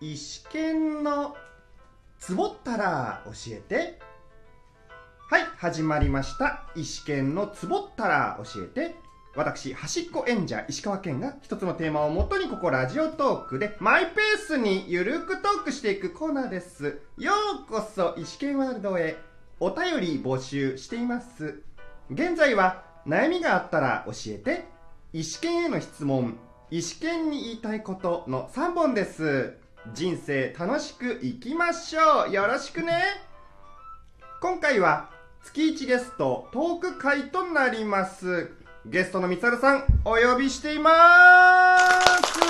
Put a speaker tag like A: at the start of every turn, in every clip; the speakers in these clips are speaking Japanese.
A: 石剣のつぼったら教えてはい始まりました石剣のつぼったら教えて私端っこ演者石川県が一つのテーマをもとにここラジオトークでマイペースにゆるくトークしていくコーナーですようこそ石剣ワールドへお便り募集しています現在は悩みがあったら教えて石剣への質問石剣に言いたいことの3本です人生楽しくいきましょうよろしくね今回は月1ゲストトーク会となりますゲストのみさるさんお呼びしています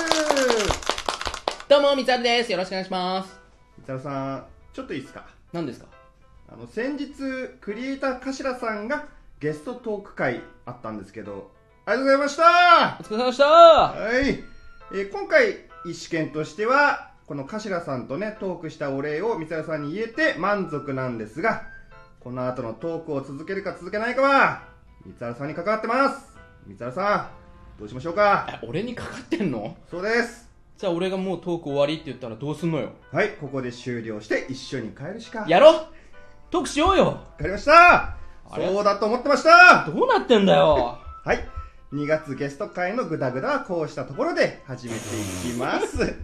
B: どうも、みつあるです。よろしくお願いします。
A: みさるさんちょっといいですか
B: 何ですか
A: あの先日クリエイター頭さんがゲストトーク会あったんですけどありがとうございました
B: お疲れ様でした
A: はい、えー今回一試験としてはこの頭さんとねトークしたお礼を三沢さんに言えて満足なんですがこの後のトークを続けるか続けないかは三沢さんに関わってます三沢さんどうしましょうか
B: え、俺にかかってんの
A: そうです
B: じゃあ俺がもうトーク終わりって言ったらどうすんのよ。
A: はいここで終了して一緒に帰るしか
B: やろトークしようよ
A: 帰りました
B: あれ
A: そうだと思ってました
B: どうなってんだよ
A: はい2月ゲスト会のグダグダはこうしたところで始めていきます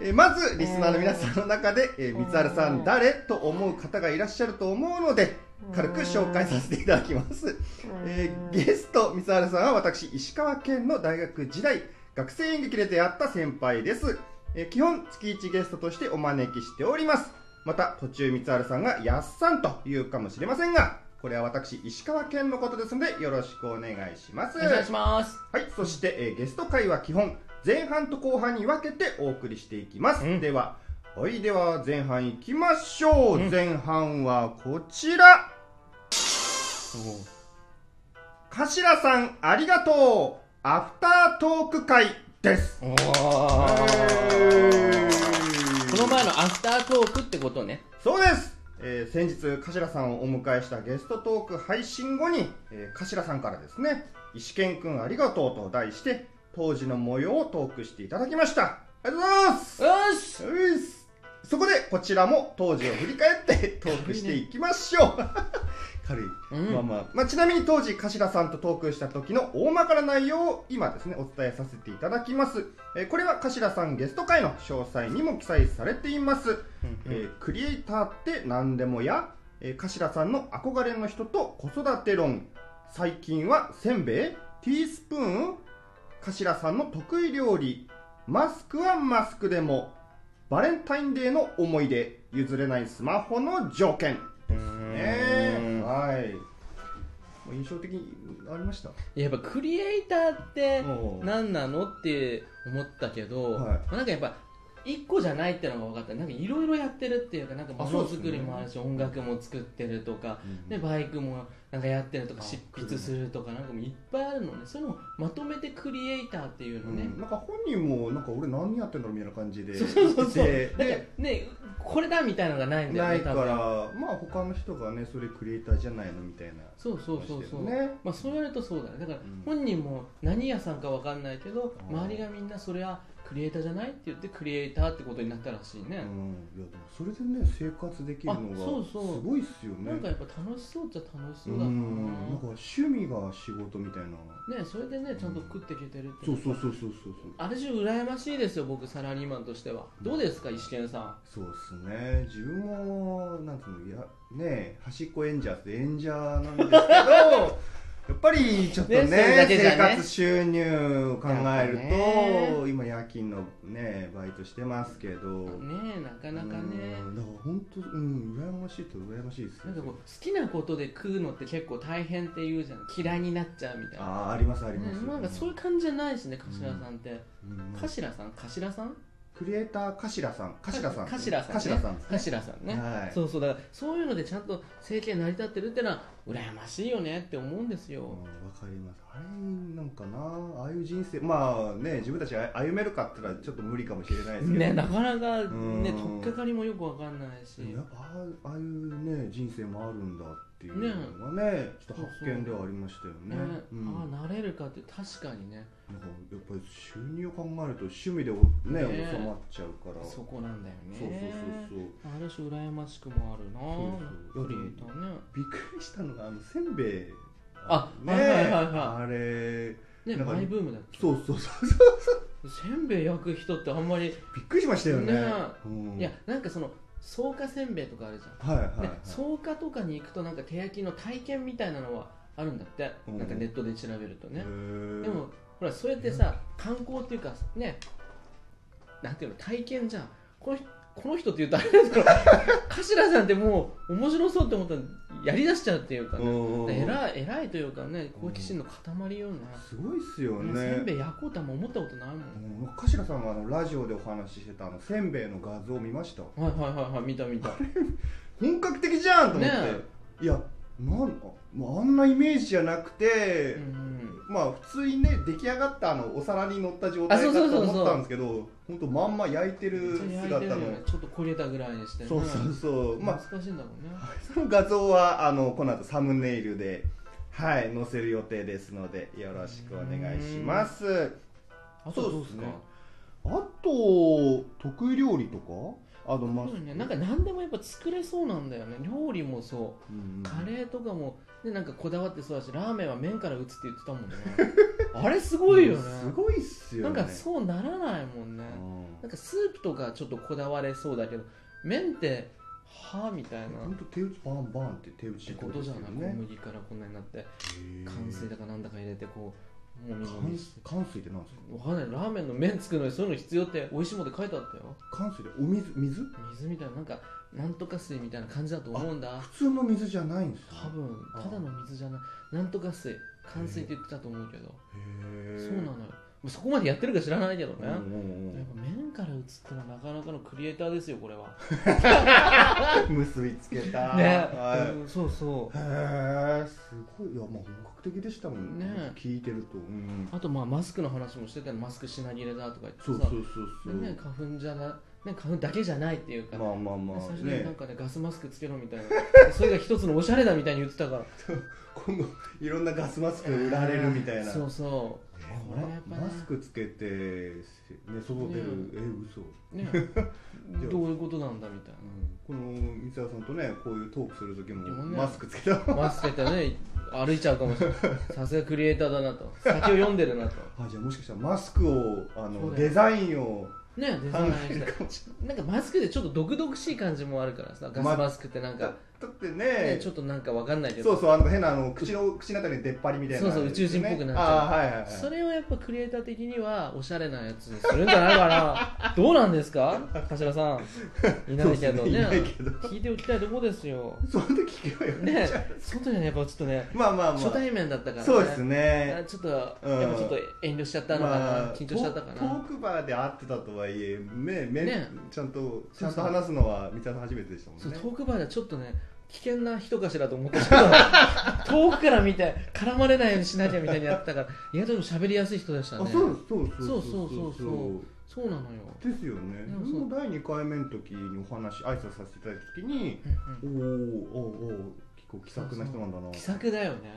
A: えーまずリスナーの皆さんの中で、えー、三原さん誰と思う方がいらっしゃると思うので軽く紹介させていただきます、えーゲスト三原さんは私石川県の大学時代学生演劇で出会った先輩です、えー基本月1ゲストとしてお招きしておりますまた途中三原さんが「やっさん」と言うかもしれませんがこれは私石川県のことですのでよろしくお願いします
B: お願いします。
A: はい、そして、えーゲスト会は基本前半と後半に分けてお送りしていきます、
B: うん
A: でははいでは前半いきましょう、
B: うん
A: 前半はこちら頭さんありがとうアフタートーク会です
B: おお
A: えー
B: この前のアフタートークってことね。
A: そうです、えー先日頭さんをお迎えしたゲストトーク配信後に、えー、頭さんからですね「石健くんありがとう」と題して当時の模様をトークしていただきましたありがとうございます
B: よーし
A: ういっすそこでこちらも当時を振り返ってトークしていきましょう 軽い、
B: うん
A: まあまあ、まあ、ちなみに当時頭さんとトークした時の大まかな内容を今ですねお伝えさせていただきます、えーこれは頭さんゲスト会の詳細にも記載されています、えークリエイターって何でもや、えー、頭さんの憧れの人と子育て論最近はせんべいティースプーン頭さんの得意料理マスクはマスクでもバレンタインデーの思い出譲れないスマホの条件ねえ
B: ね
A: はいもう印象的にありました
B: やっぱクリエイターって
A: おう
B: 何なのって思ったけど、
A: はい
B: まあなんかやっぱ一個じゃないってのが分かったなんかいろいろやってるっていうかなんかも
A: あそう
B: の
A: ですね
B: づくりもあるし音楽も作ってるとか、
A: うん
B: でバイクもなんかやってるとか
A: あ
B: 執筆するとかなんかもういっぱいあるのねそういうのをまとめてクリエイターっていう
A: う
B: のね、
A: んなんか本人もなんか俺何やってんだろうみたいな感じで
B: そうそうそうそう
A: で
B: なんか
A: で
B: ねこれだみたいのがないんだよ
A: な
B: ね
A: いか
B: 多
A: ら
B: 分
A: まあ他の人がねそれクリエイターじゃないのみたいな
B: そうそうそうそう、
A: ね
B: まあ、そう言われるとそうだねだから
A: うん
B: 本人も何屋さんか分かんないけど、
A: うん
B: 周りがみんなそれはクリエイターじゃないって言ってクリエイターってことになったらしいね、
A: うんいやでもそれでね生活できるのが
B: あ
A: す
B: そうそう
A: ごいっすよね
B: なんかやっぱ楽しそうっちゃ楽
A: う
B: しそ
A: ん
B: うだな
A: なんか趣味が仕事みたいな
B: ねそれでねちゃんと食っていけてるって
A: そうそうそうそうそうそう
B: あれじゃ羨ましいですよ僕サラリーマンとしてはどうですか石健さん
A: そうっすね自分もなんつうのいやね端っこ演者って演者なんですけ どやっぱりちょっとね
B: ねそれだけじゃね
A: 生活収入を考えると、
B: なんかね
A: 今夜勤のねバイトしてますけど
B: ねえなかなかね
A: うんだから本当うん羨ましいと羨ましいです
B: なんかこう
A: よ
B: 好きなことで食うのって結構大変って言うじゃん嫌いになっちゃうみたいな
A: ああありますありま
B: ね
A: す、
B: なんかそういう感じじゃないしね頭さんって
A: うん
B: 頭さん頭さん
A: クリエイター頭さん頭さん
B: 頭さんね
A: 頭さんですね
B: 頭さんね
A: はい
B: そうそうだからそういうのでちゃんと生計成り立ってるってのは羨ましいよねって思うんですよ、
A: うんわかりますあれなんかなああいう人生まあね自分たちあ歩めるかって言ったらちょっと無理かもしれないですけど
B: ね、なかなかね
A: うん
B: 取っかかりもよくわかんないし、
A: でもやっぱあああいうね人生もあるんだっていうのがねちょっと発見ではありましたよね
B: ね
A: うん、
B: ああなれるかって確かにね
A: なんかやっぱり収入を考えると趣味でおね
B: ね
A: 収まっちゃうから
B: そこなんだよ
A: そうそう
B: ね
A: そうそう
B: ある種羨ましくもあるな
A: そうそう
B: クリエイターね
A: びっくりしたのがあのせんべい
B: あ
A: ね
B: はいはいはいは
A: あれ
B: ね
A: なんか
B: マイブームだっけ
A: そうそうそう そう
B: せんべい焼く人ってあんまり、
A: びっくりしましたよね
B: ね
A: うん
B: いやなんかその草加せんべいとかあるじゃん
A: はいはいはい、
B: ね、草加とかに行くとなんか手焼きの体験みたいなのはあるんだって、
A: うん
B: なんかネットで調べるとね
A: へ、ー
B: でもほらそれってさ観光っていうかねなんていうの体験じゃんこの人この人って言うとあれです けど頭さんってもう面白そうって思ったらやりだしちゃうっていうか
A: う
B: ね
A: んうんうん
B: 偉い偉いというかね好奇心の塊よね、
A: すごいっすよ
B: う
A: ね
B: せんべい焼こうとはもう思ったことないもん、
A: うん頭さんがあのラジオでお話ししてたあのせんべいの画像を見ました
B: はいはいはいはい見た見た
A: 本格的じゃんと思って、
B: ね
A: いやなんもうあんなイメージじゃなくて、
B: うん
A: まあ普通にね出来上がったあのお皿に乗った状態だ
B: あそう
A: と
B: そうそうそう
A: 思ったんですけど本当まんま焼いて
B: めっ
A: る
B: ちゃ焼いてる
A: 姿
B: よ
A: の
B: ねちょっと焦げたぐらいにしてね
A: そうそうそうまあ
B: 懐かしいんだろうね
A: その画像はあのこの後サムネイルではい載せる予定ですのでよろしくお願いします
B: あとどうで
A: そうです
B: すか
A: ねあと得意料理とかあのまあ
B: そうだねなんか何でもやっぱ作れそうなんだよね料理もそう
A: うん
B: カレーとかも、ね、なんかこだわってそうだしラーメンは麺から打つって言ってたも んねあれすごいよね
A: すごいっすよ
B: な
A: ね
B: んかそうならないもんね
A: うん
B: なんかスープとかちょっとこだわれそうだけど麺ってはあみたいな
A: ほんと手打ちバンバンって手打
B: っ
A: ち
B: て
A: って
B: ことじゃない小
A: ね
B: 麦からこんなになって
A: へー
B: 乾水だかなんだか入れてこうもみも
A: 乾
B: み
A: 水
B: して
A: 乾水ってなんですか
B: わかんないラーメンの麺作るのにそういうの必要って美味しいもんって書いてあったよ
A: 乾水でお水水
B: 水みたいななんかなんとか水みたいな感じだと思うんだ
A: 普通の水じゃないんです
B: 多分
A: あ
B: ただの水じゃないなんとか水乾水って言ってたと思うけど
A: へ
B: そうなのよもうそこまでやってるか知らないけどね、
A: うんうん
B: やっぱ麺から打つってのはなかなかのクリエイターですよこれは
A: うん結びつけた
B: ね、
A: はい
B: うんそうそう
A: へえすごいいやまあ本格的でしたもん
B: ね
A: 聞いてるとうん
B: あとまあマスクの話もしてたのマスク品切れだとか言ってさ
A: そうそうそうそう
B: でね、花粉じゃな、ね、花粉だけじゃないっていうか、
A: まあまあま
B: ね最
A: あ
B: 初にな
A: ね
B: んかねガスマスクつけろみたいなそれが一つのおしゃれだみたいに言ってたから
A: 今後いろんなガスマスク売られるみたいな
B: そうそう
A: え
B: これはやっぱ
A: ま
B: ね
A: マスクつけてね外出る
B: ね
A: え嘘
B: ねどういうことなんだみたい
A: この三沢さんとねこういうトークする時
B: でも
A: も
B: ね
A: マスクつけた
B: なマスクやったらね歩いちゃうかもしれないさすがクリエイターだなと先を読んでるなと
A: あじゃあもしかしたらマスクをあ
B: そう
A: の
B: だよ
A: デザインを
B: ねデ
A: 考
B: ザインし
A: え
B: て
A: るかもしれ
B: なんかマスクでちょっと毒々しい感じもあるからさガスマスクってな
A: な
B: ん
A: い
B: か、
A: だって
B: ね
A: ね、
B: ちょっとなんかわかんないけ
A: そ
B: ど
A: うそうあの変なあの口の口のあたりに出っ張りみたいな、
B: そうそう宇宙人っぽくなっちゃう
A: あーはいはい、はい、
B: それをやっぱクリエイター的にはおしゃれなやつにするんじゃない かなどうなんですか頭さんいないけどね
A: そうですねいないけど
B: 聞いておきたいとこですよ
A: その時聞けばよ
B: ね
A: じゃあ
B: 外でねやっぱちょっとね
A: まあまあまあ
B: 初対面だったからね
A: そうです
B: あ
A: ね
B: ちょっとやっぱ
A: うん
B: ちょっと遠慮しちゃったのかな、緊張しちゃったか
A: トト
B: な
A: ークバーで会ってたとはいえねめ
B: ね
A: ちゃんとち
B: そうそう
A: ゃんと話すのは三沢さん初めてでしたもん
B: そう
A: ね
B: トークバーではちょっとね危険な人かしらと思ってちょっ と遠くから見て絡まれないようにしなきゃみたいにやってたから意外と喋りやすい人でしたね
A: あそうそうそう
B: そうそうそうそうそうなのよ、
A: ですよね
B: でもそう
A: 僕も第2回目の時にお話挨拶させていただいた時に
B: うんうん
A: おーおーおー結構気さくな人なんだな
B: 気さくだよね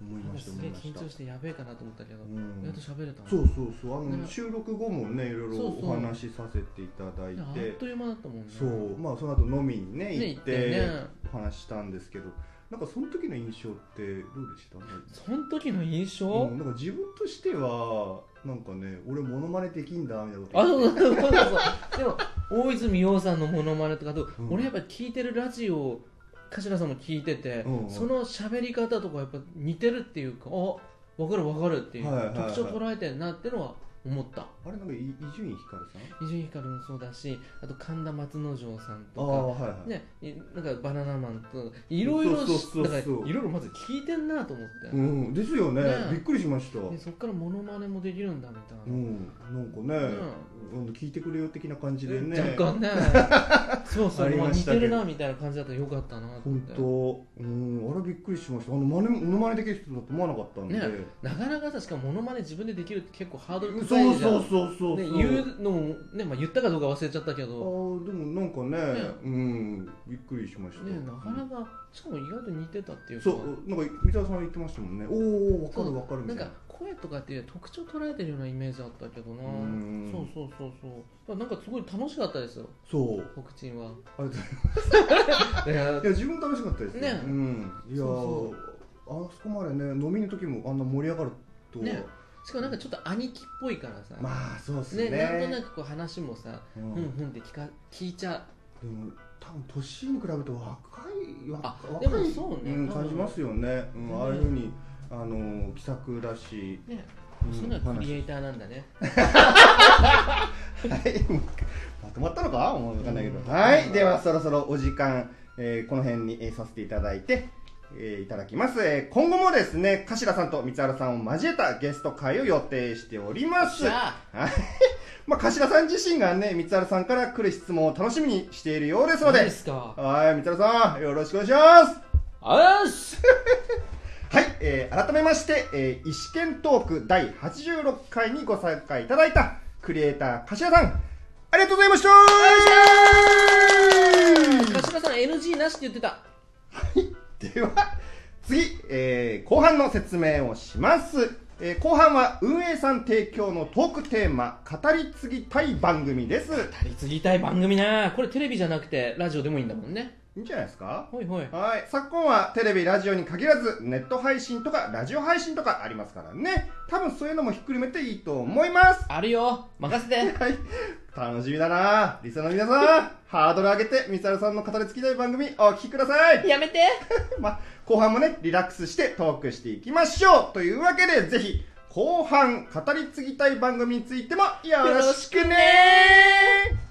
A: 思い
B: なん
A: ま
B: か
A: した
B: す
A: 思
B: げえ
A: いまし
B: 緊
A: た
B: 張してやべえかなと思ったけど、
A: う
B: 意外と
A: ん
B: 喋れたね
A: そうそうそうあの
B: ね
A: 収録後もねいろいろ
B: そうそう
A: お話しさせていただい
B: ねあ
A: て
B: っという間だったもんね
A: そうまあその後飲みにね
B: ね
A: 行っ
B: 行って
A: て
B: ね
A: お話ししたんですけどなんかその時の印象ってどうでした
B: その時の印象、
A: うんなんか自分としてはなんかね俺モノマネできんだみたいなこと
B: あそうそうそうそうそうでも大泉洋さんのモノマネとかと、
A: うん
B: 俺やっぱ聞いてるラジオ頭さんも聞いてて、
A: うんうん
B: その喋り方とかやっぱ似てるっていうかあ分かる分かるっていう、
A: はいはいはい
B: 特徴捉えてるなってのは思った
A: あれなんかい伊集院光さん
B: 伊集院光もそうだしあと神田松之丞さん
A: ああ
B: と
A: はいは
B: か
A: い、
B: ね、いなんかバナナマンとかいろいろ
A: そうそうそうそう
B: だからいろいろまず聞いてんなと思って、
A: うんですよね
B: ね
A: びっくりしました
B: でそっからモノマネもできるんだみたいな、
A: うんなんかね、うん、聞いてくれよ的な感じでね
B: 若干 ねそうそ
A: あ
B: う、
A: り
B: まあ、
A: まし
B: 似
A: たけ
B: て
A: ど
B: るなみたいな感じだとよかったなと思
A: 本
B: って
A: 当、うん、あれびっくりしましたあの真似モノマネできる人だと思わなかったんで、
B: ねなかなか確かモノマネ自分でできるって結構ハードル高いじゃ
A: そ
B: ん
A: うそうそうそうそう、
B: ね、言うのも、ねまあ、言ったかどうか忘れちゃったけ
A: あ
B: ど、
A: ーでもなんかね
B: ね
A: うんびっくりしました、
B: ね、なかなかしかも意外と似てたっていうか
A: そうなんか三沢さん言ってましたもんねおおわかるわかるみ
B: な
A: たい
B: ん
A: な
B: か声とかっていう特徴捉えてるようなイメージあったけどな
A: うん
B: そうそうそうそうなんかすごい楽しかったですよ
A: そう
B: 北鎮は
A: あれだい
B: いや
A: や自分楽しかったですよ
B: ね
A: うんいやー
B: そ
A: あそこまでね飲みの時もあんな盛り上がるとは、
B: ねしかもなんかちょっと兄貴っぽいからさ、
A: まあそうですね
B: ねなんとなくこう話もさ、
A: う
B: うんん、うんふんって聞か聞いちゃ
A: でも多分年に比べて若い若
B: あ
A: い
B: でもそうね
A: ん
B: 多分
A: 感じますよね、うん
B: ね
A: ああいうふうにあの気さくだし、
B: うね
A: うん
B: そういうのはクリエ
A: 話
B: イターなんだね
A: はいまとまったのかもう分かんないけど、
B: うん
A: はいではそろそろお時間、えーこの辺に、えーさせていただいて、えーいただきます、えー今後もですね頭さんと三原さんを交えたゲスト会を予定しております
B: じゃあ
A: はいまあ、頭さん自身がね三原さんから来る質問を楽しみにしているようですの
B: いい
A: で
B: ですか
A: はい三原さんよろしくお願いします
B: あっす
A: はい、えー改めまして、えー、石剣トーク第86回にご参加いただいたクリエイター柏さんありがとうございました
B: 柏さん NG なしって言ってた
A: では次、えー後半の説明をします、えー後半は運営さん提供のトークテーマ語り継ぎたい番組です
B: やり継ぎたい番組なこれテレビじゃなくてラジオでもいいんだもんね
A: いいんじゃないですか
B: ほいほい
A: はい、昨今はテレビ、ラジオに限らずネット配信とかラジオ配信とかありますからね多分そういうのもひっくるめていいと思います
B: あるよ任せて
A: はい、楽しみだなリスナーの皆さんハードル上げて三原さんの語りつきたい番組お聞きください、
B: やめて
A: まあ、後半もねリラックスしてトークしていきましょうというわけでぜひ後半語り継ぎたい番組についてもよろしくね